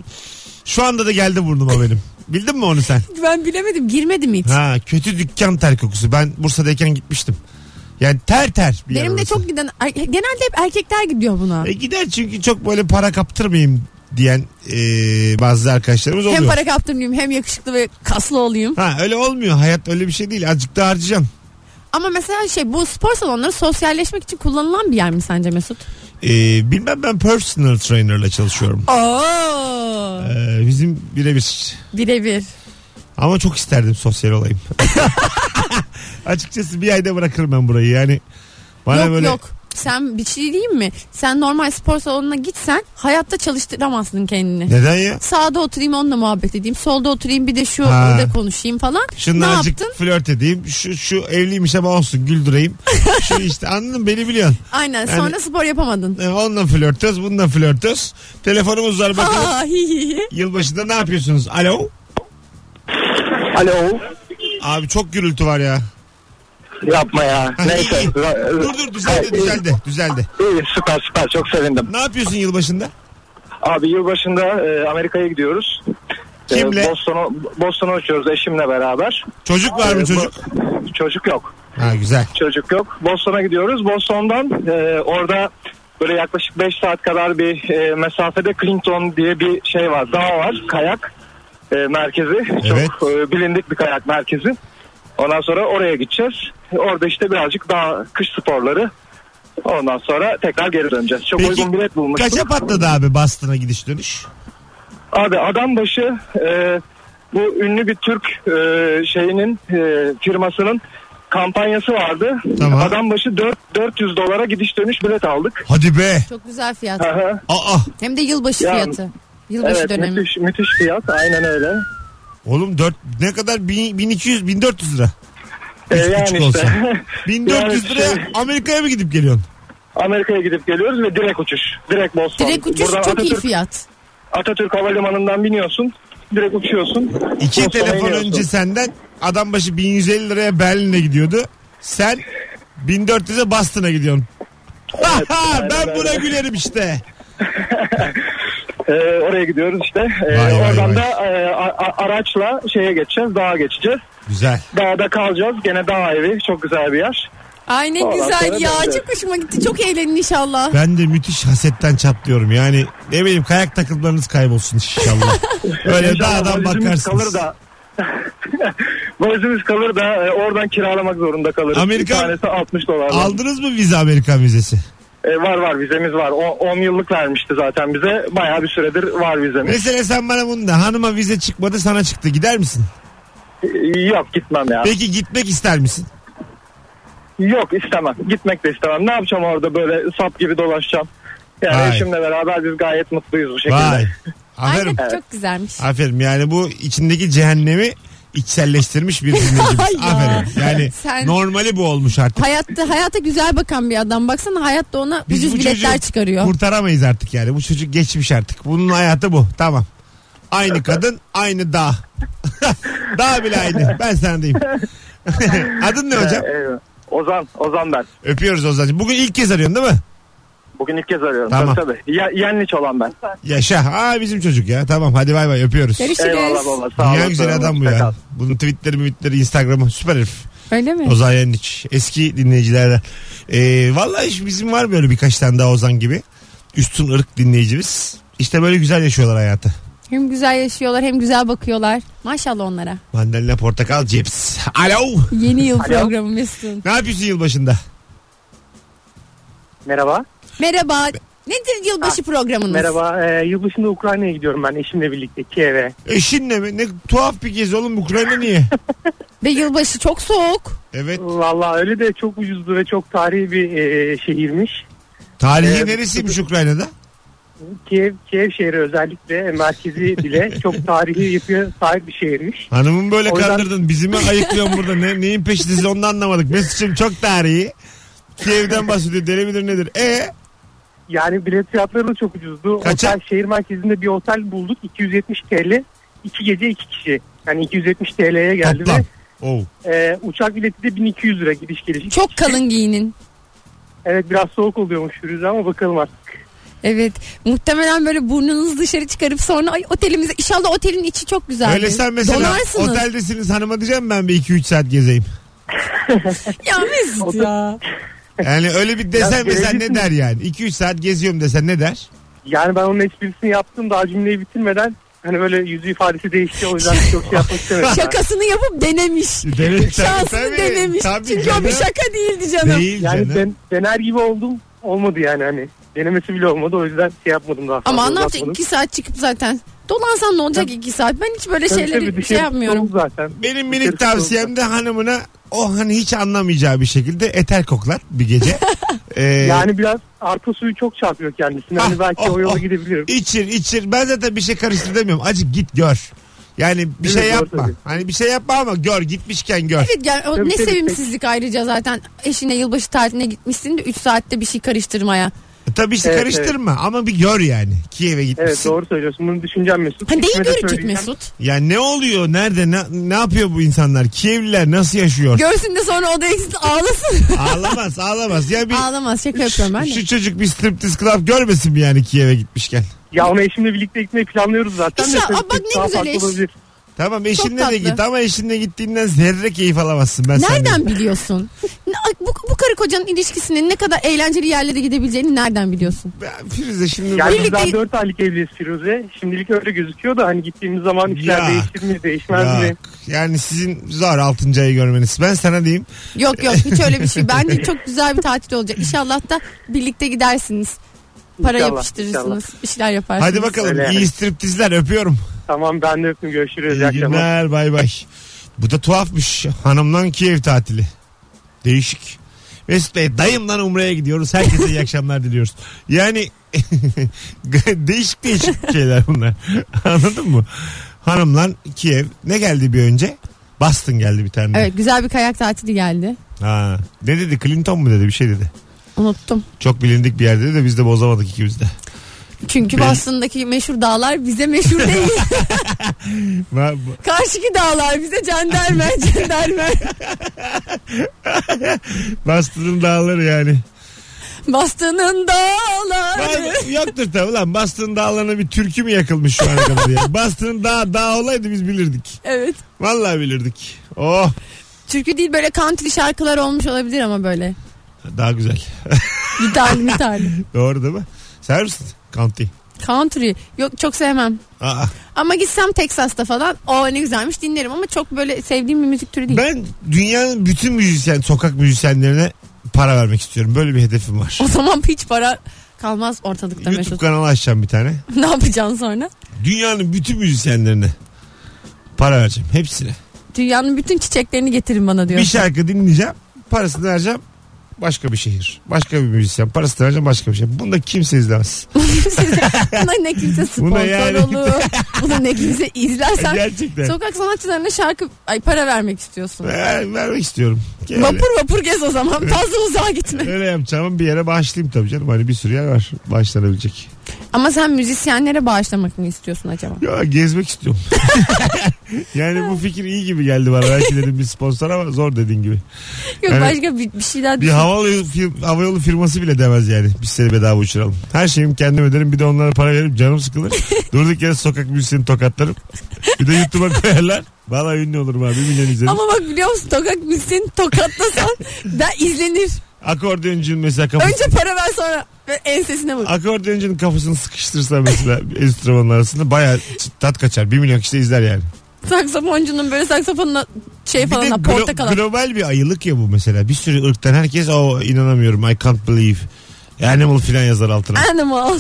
şu anda da geldi burnuma benim. Bildin mi onu sen?
Ben bilemedim girmedim hiç.
Ha kötü dükkan ter kokusu. Ben Bursa'dayken gitmiştim. Yani ter ter. bir yer
Benim de
orası.
çok giden er- genelde hep erkekler gidiyor buna.
E gider çünkü çok böyle para kaptırmayayım diyen e, bazı arkadaşlarımız oluyor.
Hem para kaptırmayayım hem yakışıklı ve kaslı olayım.
Ha öyle olmuyor. Hayat öyle bir şey değil. Azıcık da harcayacaksın.
Ama mesela şey bu spor salonları sosyalleşmek için kullanılan bir yer mi sence Mesut?
E, bilmem ben personal trainerla çalışıyorum.
Oo.
E, bizim birebir.
Birebir.
Ama çok isterdim sosyal olayım. (laughs) Açıkçası bir ayda bırakırım ben burayı. Yani bana
yok
böyle
yok. Sen bir şey diyeyim mi? Sen normal spor salonuna gitsen hayatta çalıştıramazsın kendini.
neden ya?
Sağda oturayım onunla muhabbet edeyim. Solda oturayım bir de şu
Ha.
burada konuşayım falan.
Şundan
ne
azıcık
yaptın?
flört edeyim. Şu, şu evliymiş ama olsun
(laughs)
güldüreyim. şu işte anladın mı? beni biliyorsun.
Aynen
Yani-
sonra spor yapamadın.
Ee, Onunla flörtöz, bununla flörtöz. Telefonumuz var bakalım.
(laughs) Aa, hi, hi, hi.
Yılbaşında ne yapıyorsunuz? Alo.
Alo.
Abi çok gürültü var ya. (laughs)
Yapma ya. Neyse.
Dur dur düzeldi düzeldi düzeldi.
İyi, süper süper çok sevindim.
Ne yapıyorsun yılbaşında?
Abi yılbaşında e, Amerika'ya gidiyoruz. E,
Kimle?
Boston'a Boston'a uçuyoruz eşimle beraber.
Çocuk var mı
E,
çocuk?
bu- Çocuk yok.
Ha güzel.
Çocuk yok. Boston'a gidiyoruz. Boston'dan e, orada böyle yaklaşık 5 saat kadar bir e, mesafede Clinton diye bir şey var. Dağ var. Kayak e, merkezi.
Evet.
Çok e, bilindik bir kayak merkezi. Ondan sonra oraya gideceğiz. Orada işte birazcık daha kış sporları. Ondan sonra tekrar geri döneceğiz. Çok
Peki
uygun bilet bulmuştuk.
kaça patladı abi Boston'a gidiş dönüş?
Abi adam başı e, bu ünlü bir Türk e, şeyinin e, firmasının kampanyası vardı.
Tamam.
Adam başı 4, 400 dolara gidiş dönüş bilet aldık.
Hadi be.
Çok güzel fiyat.
Aha,
Aa
Hem de yılbaşı
Ya,
fiyatı. Yılbaşı
evet
dönemi.
müthiş, müthiş fiyat aynen öyle.
oğlum 4 ne kadar Bin- 1200 1400 lira.
E,
Üç buçuk
yani işte
olsa. 1400
Yani
liraya
şey-
Amerika'ya mı gidip geliyorsun?
(laughs) Amerika'ya gidip geliyoruz ve direkt uçuş. Direkt Boston.
Direkt uçuş
Buradan
çok iyi
Atatürk,
fiyat.
Atatürk Havalimanı'ndan biniyorsun. Direkt uçuyorsun.
İki
Boston'a
telefon
iniyorsun.
önce senden adam başı 1150 liraya Berlin'e gidiyordu. Sen 1400'e Boston'a gidiyorsun. (laughs) ben buna gülerim işte.
E, oraya gidiyoruz işte. E,
Vay, vay,
oradan
vay.
da e, a- a- araçla şeye geçeceğiz. Dağa geçeceğiz.
Güzel.
Dağda kalacağız. Gene dağ evi. Çok güzel bir yer.
Ay ne
Vallahi
güzel
sana
ya.
ben de.
Çok hoşuma gitti. Çok eğlenin inşallah.
Ben de müthiş hasetten çatlıyorum. Yani ne bileyim kayak takımlarınız kaybolsun
(laughs)
inşallah. Öyle
İnşallah
dağdan
Ee, valizimiz
bakarsınız.
Kalır da, (laughs) valizimiz kalır da e, oradan kiralamak zorunda kalırız.
Amerikan-
Bir tanesi 60 dolar.
Aldınız mı vize Amerikan vizesi?
E, var var vizemiz var. O, 10 yıllık vermişti zaten bize. Bayağı bir süredir var vizemiz.
Mesela sen bana bunu da hanıma vize çıkmadı sana çıktı gider misin?
E, Yok gitmem ya.
Peki gitmek ister misin?
Yok istemem. Gitmek de istemem. Ne yapacağım orada böyle sap gibi dolaşacağım. Yani
Vay.
eşimle beraber biz gayet mutluyuz bu şekilde.
Vay.
Aynen
Aferin.
çok güzelmiş.
Aferin yani bu içindeki cehennemi içselleştirmiş bir
(laughs)
dinleyicimiz.
Ya.
Aferin. Yani
Sen-
normali bu olmuş artık.
Hayatta hayata güzel bakan bir adam. Baksana hayat da ona
Biz
ucuz
bu
biletler
çocuğu
çıkarıyor.
Kurtaramayız artık yani. Bu çocuk geçmiş artık. Bunun hayatı bu. Tamam. Aynı kadın, aynı dağ. (laughs) dağ bile aynı. Ben sana diyeyim. (laughs) Adın ne hocam?
E, e, Ozan, Ozan ben.
Öpüyoruz Ozan'cığım. Bugün ilk kez arıyorsun değil mi?
Bugün ilk kez arıyorum.
Tamam.
Tabii tabii. Ya, yenliç olan ben.
Yaşa. Aa bizim çocuk ya. Tamam hadi bay bay öpüyoruz.
Görüşürüz.
Eyvallah baba. Sağ
Dünya
olun.
güzel adam bu
Hoşçakal.
ya. Bunun tweetleri, tweetleri, Instagram'ı süper herif.
Öyle mi?
Ozan Yeniç. Eski dinleyicilerden. Ee, vallahi iş- bizim var böyle birkaç tane daha Ozan gibi. Üstün ırk dinleyicimiz. İşte böyle güzel yaşıyorlar hayatı.
Hem güzel yaşıyorlar hem güzel bakıyorlar. Maşallah onlara.
Mandalina, portakal, cips. Alo.
Yeni yıl programı Mesut'un.
Ne yapıyorsun yılbaşında?
Merhaba.
Merhaba. Nedir yılbaşı programınız?
Merhaba. Ee, yılbaşında Ukrayna'ya gidiyorum ben eşimle birlikte Kiev'e.
Eşinle mi? Ne tuhaf bir gezi oğlum Ukrayna niye?
Ve yılbaşı çok soğuk.
Evet.
Valla öyle de çok ucuzdu ve çok tarihi bir e, şehirmiş.
Tarihi
Evet.
neresiymiş Ukrayna'da?
Kiev, Kiev şehri özellikle merkezi bile çok tarihi yapıya sahip bir şehirmiş.
Hanımım böyle
O yüzden-
kandırdın. Bizi mi ayıklıyorsun burada? Ne, neyin peşindesin onu anlamadık. Mesut'cum çok tarihi. Kiev'den bahsediyor. Deli midir nedir? E
Yani bilet fiyatları da çok ucuzdu.
Kaça?
Otel şehir merkezinde bir otel bulduk 270 TL. iki gece iki kişi. Yani 270 TL'ye geldi
toplam.
ve
Oh.
e, uçak bileti de 1200 lira gidiş geliş.
Çok kalın giyinin.
Evet biraz soğuk oluyormuş Firuze ama bakalım artık.
Evet. Muhtemelen böyle burnunuzu dışarı çıkarıp sonra ay, otelimize inşallah otelin içi çok güzel.
Öyle sen mesela
Donarsınız.
oteldesiniz hanıma diyeceğim ben bir 2-3 saat gezeyim.
Ya Mesut ya.
Yani öyle bir desen
Ya
mesela ne
geleceksin.
der yani? 2-3 saat geziyorum desen ne der?
Yani ben onun esprisini yaptım daha cümleyi bitirmeden hani böyle yüzü ifadesi değişti o yüzden çok şey
(laughs)
yapmak istemedim. ben.
Şakasını yapıp denemiş.
Tabii,
Şansını
tabii.
denemiş.
Tabii
Çünkü o
canım.
bir şaka değildi canım.
Değil
Yani
canım.
ben, dener gibi oldum olmadı yani hani denemesi bile olmadı o yüzden şey yapmadım daha fazla.
Ama ne yapacaksın
uzatmadım.
iki saat çıkıp zaten. Dolansan ne olacak iki saat? Ben hiç böyle
Tabii tabii,
şeyleri şey
dışarı
yapmıyorum.
soğuk Zaten. şey
Benim
Dışarı
minik
soğuk.
tavsiyem de hanımına o hani hiç anlamayacağı bir şekilde eter koklar bir
(laughs)
gece. Ee,
Yani biraz arpa suyu çok çarpıyor kendisine.
Ah,
Hani belki
oh,
o yola
oh.
gidebilirim.
içir içir. Ben zaten bir şey karıştır demiyorum. Acık git gör. Yani bir
Evet,
şey
doğru
yapma.
tabii.
Hani bir şey yapma ama gör gitmişken gör.
Evet yani o
Tabii,
ne
tabii,
sevimsizlik ayrıca zaten eşine yılbaşı tatiline gitmişsin de 3 saatte bir şey karıştırmaya.
Tabii işte
Evet,
karıştırma ama bir gör yani. Kiev'e gitmişsin.
Evet doğru söylüyorsun. Bunu düşüneceğim Mesut.
Hani neyi
İsmet'e
görecek
söyleyeceğim.
Mesut?
Ya ne oluyor? Nerede? Ne, ne yapıyor bu insanlar? Kievliler nasıl yaşıyor?
Görsün de sonra odaya gitsin ağlasın.
(laughs) ağlamaz, ağlamaz. Ya bir
(laughs)
şey
Ağlamaz şaka yapıyorum ben de.
şu çocuk bir striptiz club görmesin mi yani Kiev'e gitmişken?
Ya onu eşimle birlikte gitmeyi planlıyoruz zaten. de
İnşallah.
tabii
Aa, bak
ki
ne
daha
güzel
farklı
eş.
olabilir.
Tamam eşinle de
tatlı.
git ama eşinle gittiğinden zerre keyif alamazsın ben sana diyeyim.
Nereden biliyorsun? Ne- Bu, bu karı kocanın ilişkisinin ne kadar eğlenceli yerlere gidebileceğini nereden biliyorsun?
Ben Firuze şimdi
Yani
Birlikte-
biz daha 4 aylık evliyiz Firuze. Şimdilik öyle gözüküyor da hani gittiğimiz zaman işler
Ya.
değişir mi değişmez
Ya,
mi?
yani sizin zor 6. ayı görmeniz. Ben sana diyeyim.
Yok yok hiç öyle bir şey. Bence çok güzel bir tatil olacak. İnşallah da birlikte gidersiniz. Para
İnşallah,
yapıştırırsınız.
inşallah.
Bir şeyler yaparsınız.
Hadi bakalım
Öyle
iyi
yani.
striptizler öpüyorum.
Tamam ben de öptüm görüşürüz. İyi
İyi
akşamlar.
günler bay bay. Bu da tuhafmış. Hanımdan Kiev tatili. Değişik. Mesut Bey dayımdan Umre'ye gidiyoruz. Herkese
(laughs)
iyi akşamlar diliyoruz. Yani (laughs) değişik değişik şeyler bunlar. (laughs) Anladın mı? Hanımla Kiev. Ne geldi bir önce? Boston geldi bir tane. de.
Evet güzel bir kayak tatili geldi.
Ha. Ne dedi? Clinton mu dedi? Bir şey dedi.
Unuttum.
Çok bilindik bir yerde de biz de bozamadık ikimiz de.
Çünkü
Ben-
Boston'daki meşhur dağlar bize
(laughs)
meşhur değil.
Va-
Karşıki dağlar bize cendermen
(laughs)
cendermen.
Boston'ın dağları yani.
Boston'ın dağları.
Var- Yoktur tabi lan. Boston dağlarına bir türkü mü yakılmış şu ana
(laughs)
kadar ya? Boston dağ, dağ olaydı biz bilirdik.
Evet.
Vallahi bilirdik. Oh.
Türkü değil böyle country şarkılar olmuş olabilir ama böyle.
Daha güzel. (laughs)
Gitarlı gitarlı.
Doğru değil mi? Sever misin? Kanti.
Country. Yok çok sevmem.
Aa,
Ama gitsem Texas'ta falan o ne güzelmiş dinlerim ama çok böyle sevdiğim bir müzik türü değil.
ben dünyanın bütün müzisyen, sokak müzisyenlerine para vermek istiyorum. Böyle bir hedefim var.
O zaman hiç para kalmaz ortalıkta
(laughs) YouTube
Mesut.
kanalı açacağım bir tane.
(laughs) ne yapacaksın sonra?
Dünyanın bütün müzisyenlerine para vereceğim. Hepsine.
Dünyanın bütün çiçeklerini getirin bana diyor.
Bir şarkı dinleyeceğim. Parasını vereceğim. Başka bir şehir. Başka bir müzisyen. Parasını vereceğim başka bir şehir. Bunu da kimse izlemez.
Buna ne kimse
(laughs)
sponsor
Buna yani-
olur.
(laughs)
Buna ne kimse izlersen.
Gerçekten.
Sokak sanatçılarına şarkı ay para vermek istiyorsun.
Ver- vermek istiyorum. Öyle,
Vapur vapur gez o zaman. Fazla uzağa gitme.
öyle yapacağım ama bir yere bağışlayayım tabii canım. Hani bir sürü yer var bağışlanabilecek.
Ama sen müzisyenlere bağışlamak mı istiyorsun acaba?
Ya gezmek istiyorum. (laughs) yani bu fikir iyi gibi geldi bana. Belki dedim bir sponsor ama zor dediğin gibi.
Yok
Evet.
başka bir, bir şey daha
Bir
düşün.
havayolu, fir- havayolu firması bile demez yani. Biz seni bedava uçuralım. Her şeyimi kendim öderim. Bir de onlara para veririm. Canım sıkılır. Durduk yere sokak müzisyeni tokatlarım. Bir de YouTube'a koyarlar. Valla ünlü olurum abi. Bir milyon izlerim.
Ama bak biliyor musun sokak müziğini
(laughs)
tokatlasan ben izlenir.
Akordeoncunun mesela kafası...
Önce para ver sonra ve ensesine vur.
Akordeoncunun kafasını sıkıştırsa mesela enstrümanın arasında baya tat kaçar. Bir milyon kişi de izler yani.
Saksafoncunun böyle saksafonuna şey
Bir de
falan
glo-
portakala.
global bir ayılık ya bu mesela. Bir sürü ırktan herkes o inanamıyorum I can't believe. Animal filan yazar
(laughs)
altına. (laughs)
Animal.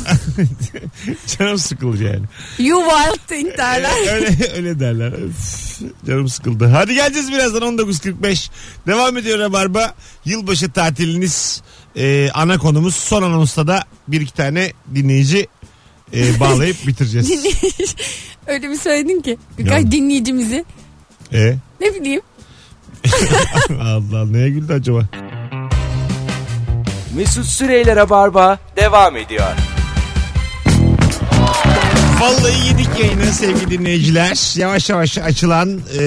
Canım sıkılır yani.
You wild thing derler.
öyle, öyle derler. Üf, Canım sıkıldı. Hadi geleceğiz birazdan 19.45. Devam ediyor Rabarba. Yılbaşı tatiliniz e, ana konumuz. Son anonsta da bir iki tane dinleyici e, bağlayıp
(laughs)
bitireceğiz.
Dinleyici- öyle bir söyledin ki. Birkaç
Ya.
dinleyicimizi.
e,
Ne bileyim.
(laughs) Allah neye güldü acaba?
Mesut Süreyler'e barba devam ediyor.
Vallahi yedik yayını sevgili dinleyiciler. Yavaş yavaş açılan e,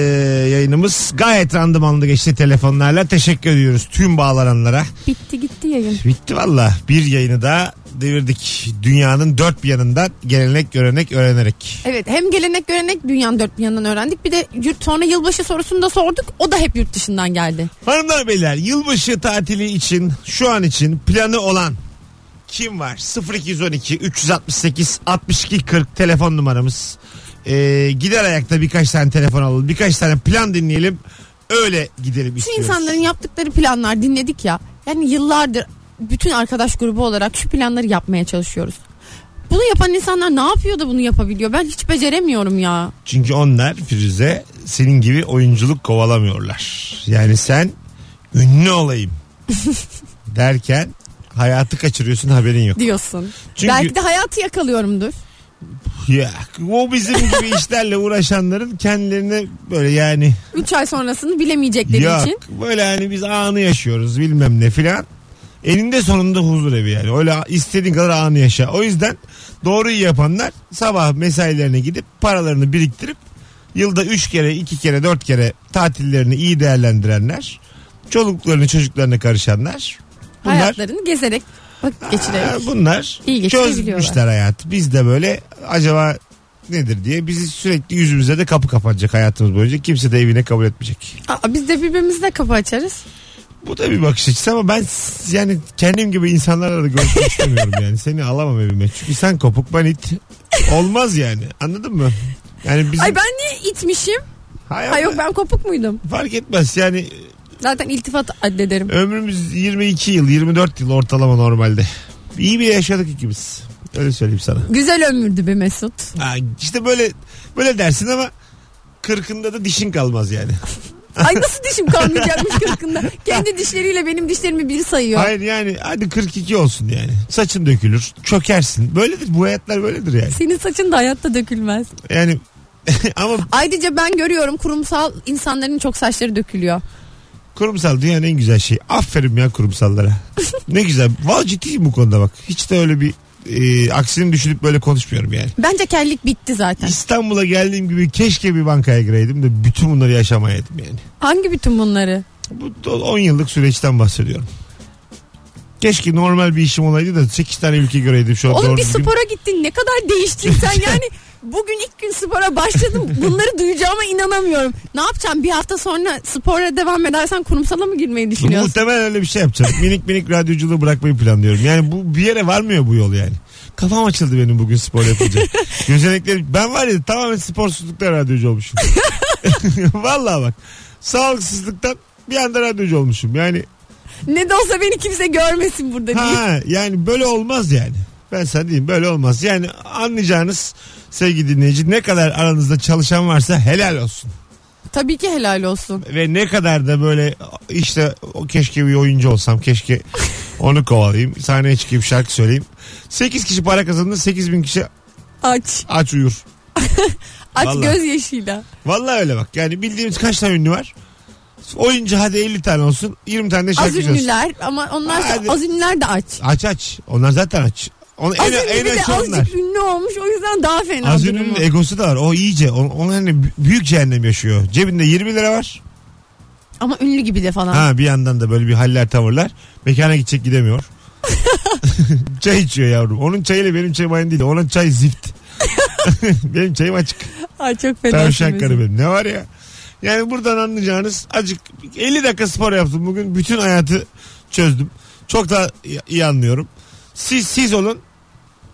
yayınımız gayet randımanlı geçti telefonlarla. Teşekkür ediyoruz tüm bağlananlara.
Bitti gitti yayın.
Bitti valla. Bir yayını da devirdik. Dünyanın dört bir yanından gelenek, görenek, öğrenerek.
Evet hem gelenek görenek dünyanın dört bir yanından öğrendik. Bir de yurt sonra yılbaşı sorusunu da sorduk. O da hep yurt dışından geldi.
Hanımlar beyler yılbaşı tatili için şu an için planı olan kim var? 0212 368 62 40 telefon numaramız. Ee, gider ayakta birkaç tane telefon alalım. Birkaç tane plan dinleyelim. Öyle gidelim
Şu
istiyoruz.
insanların yaptıkları planlar dinledik ya. Yani yıllardır bütün arkadaş grubu olarak şu planları yapmaya çalışıyoruz. Bunu yapan insanlar ne yapıyor da bunu yapabiliyor? Ben hiç beceremiyorum ya.
Çünkü onlar Firuze senin gibi oyunculuk kovalamıyorlar. Yani sen ünlü
(laughs)
olayım derken hayatı kaçırıyorsun haberin
(laughs)
yok.
Diyorsun.
Çünkü
Belki de hayatı yakalıyorumdur.
ya, o bizim gibi işlerle uğraşanların kendilerine böyle yani
3 ay sonrasını bilemeyecekleri
yok
için.
böyle hani biz anı yaşıyoruz bilmem ne filan. Elinde sonunda huzur evi yani. Öyle istediğin kadar anı yaşa. O yüzden doğruyu yapanlar sabah mesailerine gidip paralarını biriktirip yılda 3 kere, 2 kere, 4 kere tatillerini iyi değerlendirenler, çoluklarını, çocuklarını karışanlar. Bunlar
Hayatlarını gezerek vakit
Ha,
geçirerek.
bunlar
İyi
çözmüşler
geçirebiliyorlar.
hayatı. Biz de böyle acaba nedir diye bizi sürekli yüzümüze de kapı kapanacak hayatımız boyunca. Kimse de evine kabul etmeyecek.
Aa, biz de birbirimizle kapı açarız.
Bu da bir bakış açısı ama ben s- yani kendim gibi insanlarla da görüşmek istemiyorum yani. Seni alamam evime. Çünkü sen kopuk ben it. Olmaz yani. Anladın mı? Yani bizim...
Ay ben niye itmişim?
Hay
Ay yok
Allah,
ben kopuk muydum?
Fark etmez yani
Zaten iltifat addederim.
ömrümüz 22 yıl 24 yıl ortalama normalde. İyi bile yaşadık ikimiz. Öyle söyleyeyim sana.
Güzel ömürdü be Mesut.
Ha, işte böyle böyle dersin ama kırkında da dişin kalmaz yani.
Ay nasıl dişim kalmayacakmış kırkında. Kendi dişleriyle benim dişlerimi bir sayıyor.
Hayır yani hadi 42 olsun yani. Saçın dökülür, çökersin. Böyledir bu hayatlar böyledir yani.
Senin saçın da hayatta dökülmez.
Yani (laughs) ama
Ayrıca ben görüyorum kurumsal insanların çok saçları dökülüyor.
kurumsal dünyanın en güzel şeyi. Aferin ya kurumsallara. ne güzel. Vallahi ciddiyim bu konuda bak. Hiç de öyle bir e, aksini düşünüp böyle konuşmuyorum yani.
Bence kellik bitti zaten.
İstanbul'a geldiğim gibi keşke bir bankaya gireydim de bütün bunları yaşamayaydım yani.
Hangi bütün bunları?
Bu 10 yıllık süreçten bahsediyorum. Keşke normal bir işim olaydı da 8 tane ülke göreydim şu an.
Oğlum
doğru
bir
düzgün. (laughs)
spora gittin ne kadar değiştin sen yani bugün ilk gün spora başladım. Bunları duyacağıma inanamıyorum. Ne yapacağım? Bir hafta sonra spora devam edersen kurumsala mı girmeyi düşünüyorsun?
Muhtemelen öyle bir şey yapacağım. minik minik radyoculuğu bırakmayı planlıyorum. Yani bu bir yere varmıyor bu yol yani. Kafam açıldı benim bugün spor yapınca. Gözeneklerim. Ben var ya tamamen sporsuzluktan radyocu olmuşum. Vallahi bak. Sağlıksızlıktan bir anda radyocu olmuşum. Yani
ne de olsa beni kimse görmesin burada diye.
Ha yani böyle olmaz yani. Ben sana diyeyim böyle olmaz. Yani anlayacağınız sevgili dinleyici ne kadar aranızda çalışan varsa helal olsun.
Tabii ki helal olsun.
Ve ne kadar da böyle işte o keşke bir oyuncu olsam keşke onu kovalayayım. Sahneye çıkayım şarkı söyleyeyim. 8 kişi para kazandı 8 bin kişi
Aç.
aç uyur.
Aç
Vallahi.
gözyaşıyla.
Vallahi öyle bak yani bildiğimiz kaç tane ünlü var? Oyuncu hadi 50 tane olsun 20 tane de
Az
şarkıcı olsun.
ünlüler ama onlar
Hadi.
az ünlüler de aç.
Aç aç onlar zaten aç. Onu
Az
en,
ünlü bir
en
de
aç onlar.
azıcık ünlü olmuş o yüzden daha fena
Az
durumu.
ünlünün egosu da var. O iyice. Onun, onun hani b- büyük cehennem yaşıyor. Cebinde 20 lira var.
Ama ünlü gibi de falan.
Ha bir yandan da böyle bir haller tavırlar. Mekana gidecek gidemiyor. çay içiyor yavrum. Onun çayıyla benim çayım aynı değil. Onun çay zift. benim çayım açık.
Ay çok fena.
Tavşan
sinirsin.
karı benim. Ne var ya? Yani buradan anlayacağınız acık 50 dakika spor yaptım bugün. Bütün hayatı çözdüm. Çok da iyi- iyi anlıyorum. Siz siz olun.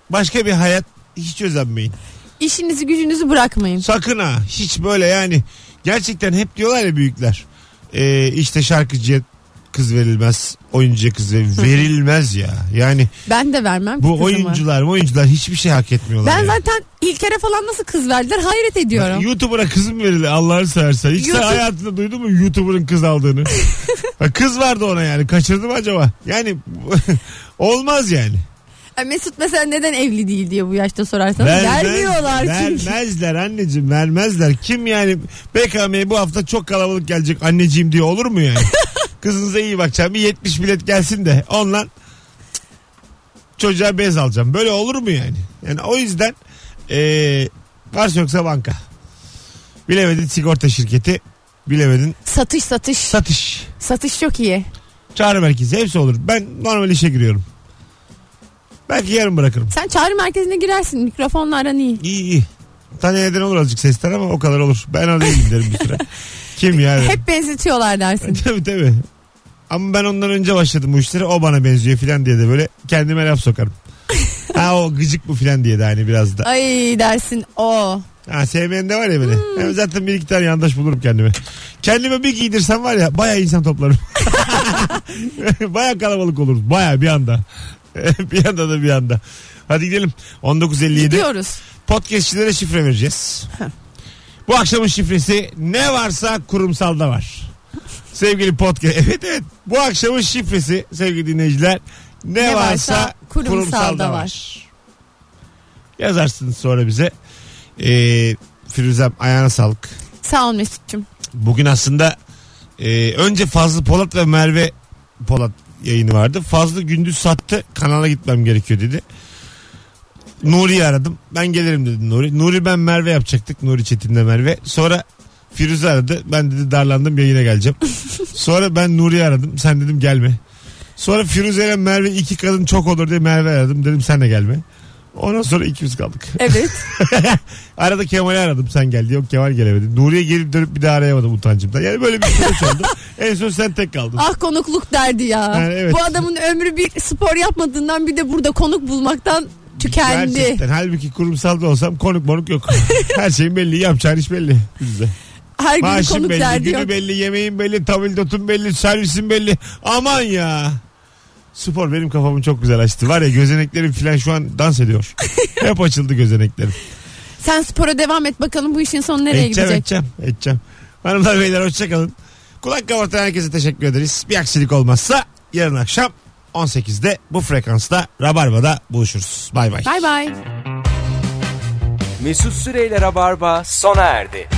Başka bir hayat hiç özenmeyin.
İşinizi gücünüzü bırakmayın.
Sakın ha. Hiç böyle yani. Gerçekten hep diyorlar ya büyükler. Ee, işte şarkıcıya kız verilmez. Oyuncuya kız verilmez. verilmez ya. Yani
Ben de vermem ki
bu
kızımı.
oyuncular oyuncular hiçbir şey hak etmiyorlar.
Ben
ya.
zaten İlker'e falan nasıl kız verdiler hayret ediyorum.
YouTuber'a kız mı verildi Allah'ını seversen? Hiç sen
YouTube-
hayatında duydun mu YouTuber'ın kız
(laughs)
aldığını? Ha, kız vardı ona yani. Kaçırdı mı acaba? Yani (laughs) olmaz yani.
Ay Mesut mesela neden evli değil diye bu yaşta sorarsanız.
Vermez-
Vermiyorlar çünkü.
Vermezler anneciğim vermezler. Kim yani BKM bu hafta çok kalabalık gelecek anneciğim diye olur mu
(laughs)
yani? Kızınıza iyi bakacağım bir 70 bilet gelsin de onunla cık, çocuğa bez alacağım. Böyle olur mu yani? Yani o yüzden eee varsa yoksa banka. Bilemedin sigorta şirketi. Bilemedin
Satış satış.
satış.
Satış çok iyi.
Çağrı merkezi hepsi olur. Ben normal işe giriyorum. Belki yarın bırakırım.
Sen çağrı merkezine girersin. Mikrofonla aran iyi.
İyi iyi. Tane neden olur azıcık sesten ama o kadar olur. Ben alayım derim bir süre. Kim yani?
Hep benzetiyorlar dersin.
(laughs) tabii tabii. Ama ben ondan önce başladım bu işlere. O bana benziyor filan diye de böyle kendime laf sokarım. ha o gıcık bu filan diye de hani biraz da.
Ay dersin o.
Ha sevmeyen de var ya beni. Ben zaten bir iki tane yandaş bulurum kendime. Kendime bir giydirsem var ya baya insan toplarım. (laughs) baya kalabalık oluruz. Baya bir anda. (laughs) bir anda da bir anda. Hadi gidelim. 1957.
Gidiyoruz.
Podcastçilere şifre vereceğiz. Bu akşamın şifresi ne varsa kurumsalda var. Sevgili podcast. Evet evet. Bu akşamın şifresi sevgili dinleyiciler ne,
Ne
varsa,
varsa
kurumsalda,
kurumsalda
var.
var.
Yazarsınız sonra bize. Ee, Firuzem ayağına sağlık.
Sağ ol Mesut'cum.
Bugün aslında e, önce Fazlı Polat ve Merve Polat yayını vardı. Fazlı gündüz sattı. Kanala gitmem gerekiyor dedi. Nuri'yi aradım. Ben gelirim dedi Nuri. Nuri ben Merve yapacaktık. Nuri Çetin'le Merve. Sonra Firuze aradı. Ben dedi darlandım yayına geleceğim. Sonra ben Nuri'yi aradım. Sen dedim gelme. Sonra Firuze ile Merve iki kadın çok olur diye Merve aradım. Dedim sen de gelme. Ondan sonra ikimiz kaldık. (laughs)
Evet.
Arada Kemal'i aradım sen geldi. Yok Kemal gelemedi. Nuri'ye gelip dönüp bir daha arayamadım utancımdan. Yani böyle bir süreç
(laughs)
oldu. En son sen tek kaldın.
ah konukluk derdi ya.
Yani evet.
Bu adamın ömrü bir spor yapmadığından bir de burada konuk bulmaktan tükendi.
Gerçekten. Halbuki kurumsalda olsam konuk monuk yok. (laughs) Her şeyin belli. Yapacağın iş belli.
(laughs)
Güzel.
Her gün
Maaşın
konuk
belli,
derdi
günü
yok.
belli, yemeğin belli, tavildotun belli, servisin belli. Aman ya. Spor benim kafamı çok güzel açtı. Var ya gözeneklerim filan şu an dans ediyor.
(laughs)
Hep açıldı gözeneklerim.
Sen spora devam et bakalım bu işin sonu nereye
edeceğim,
gidecek.
edeceğim, edeceğim. Hanımlar beyler hoşçakalın. Kulak kabartan herkese teşekkür ederiz. Bir aksilik olmazsa yarın akşam 18'de bu frekansta Rabarba'da buluşuruz. Bay bay.
Bay bay.
Mesut Süreyler'e barba sona erdi.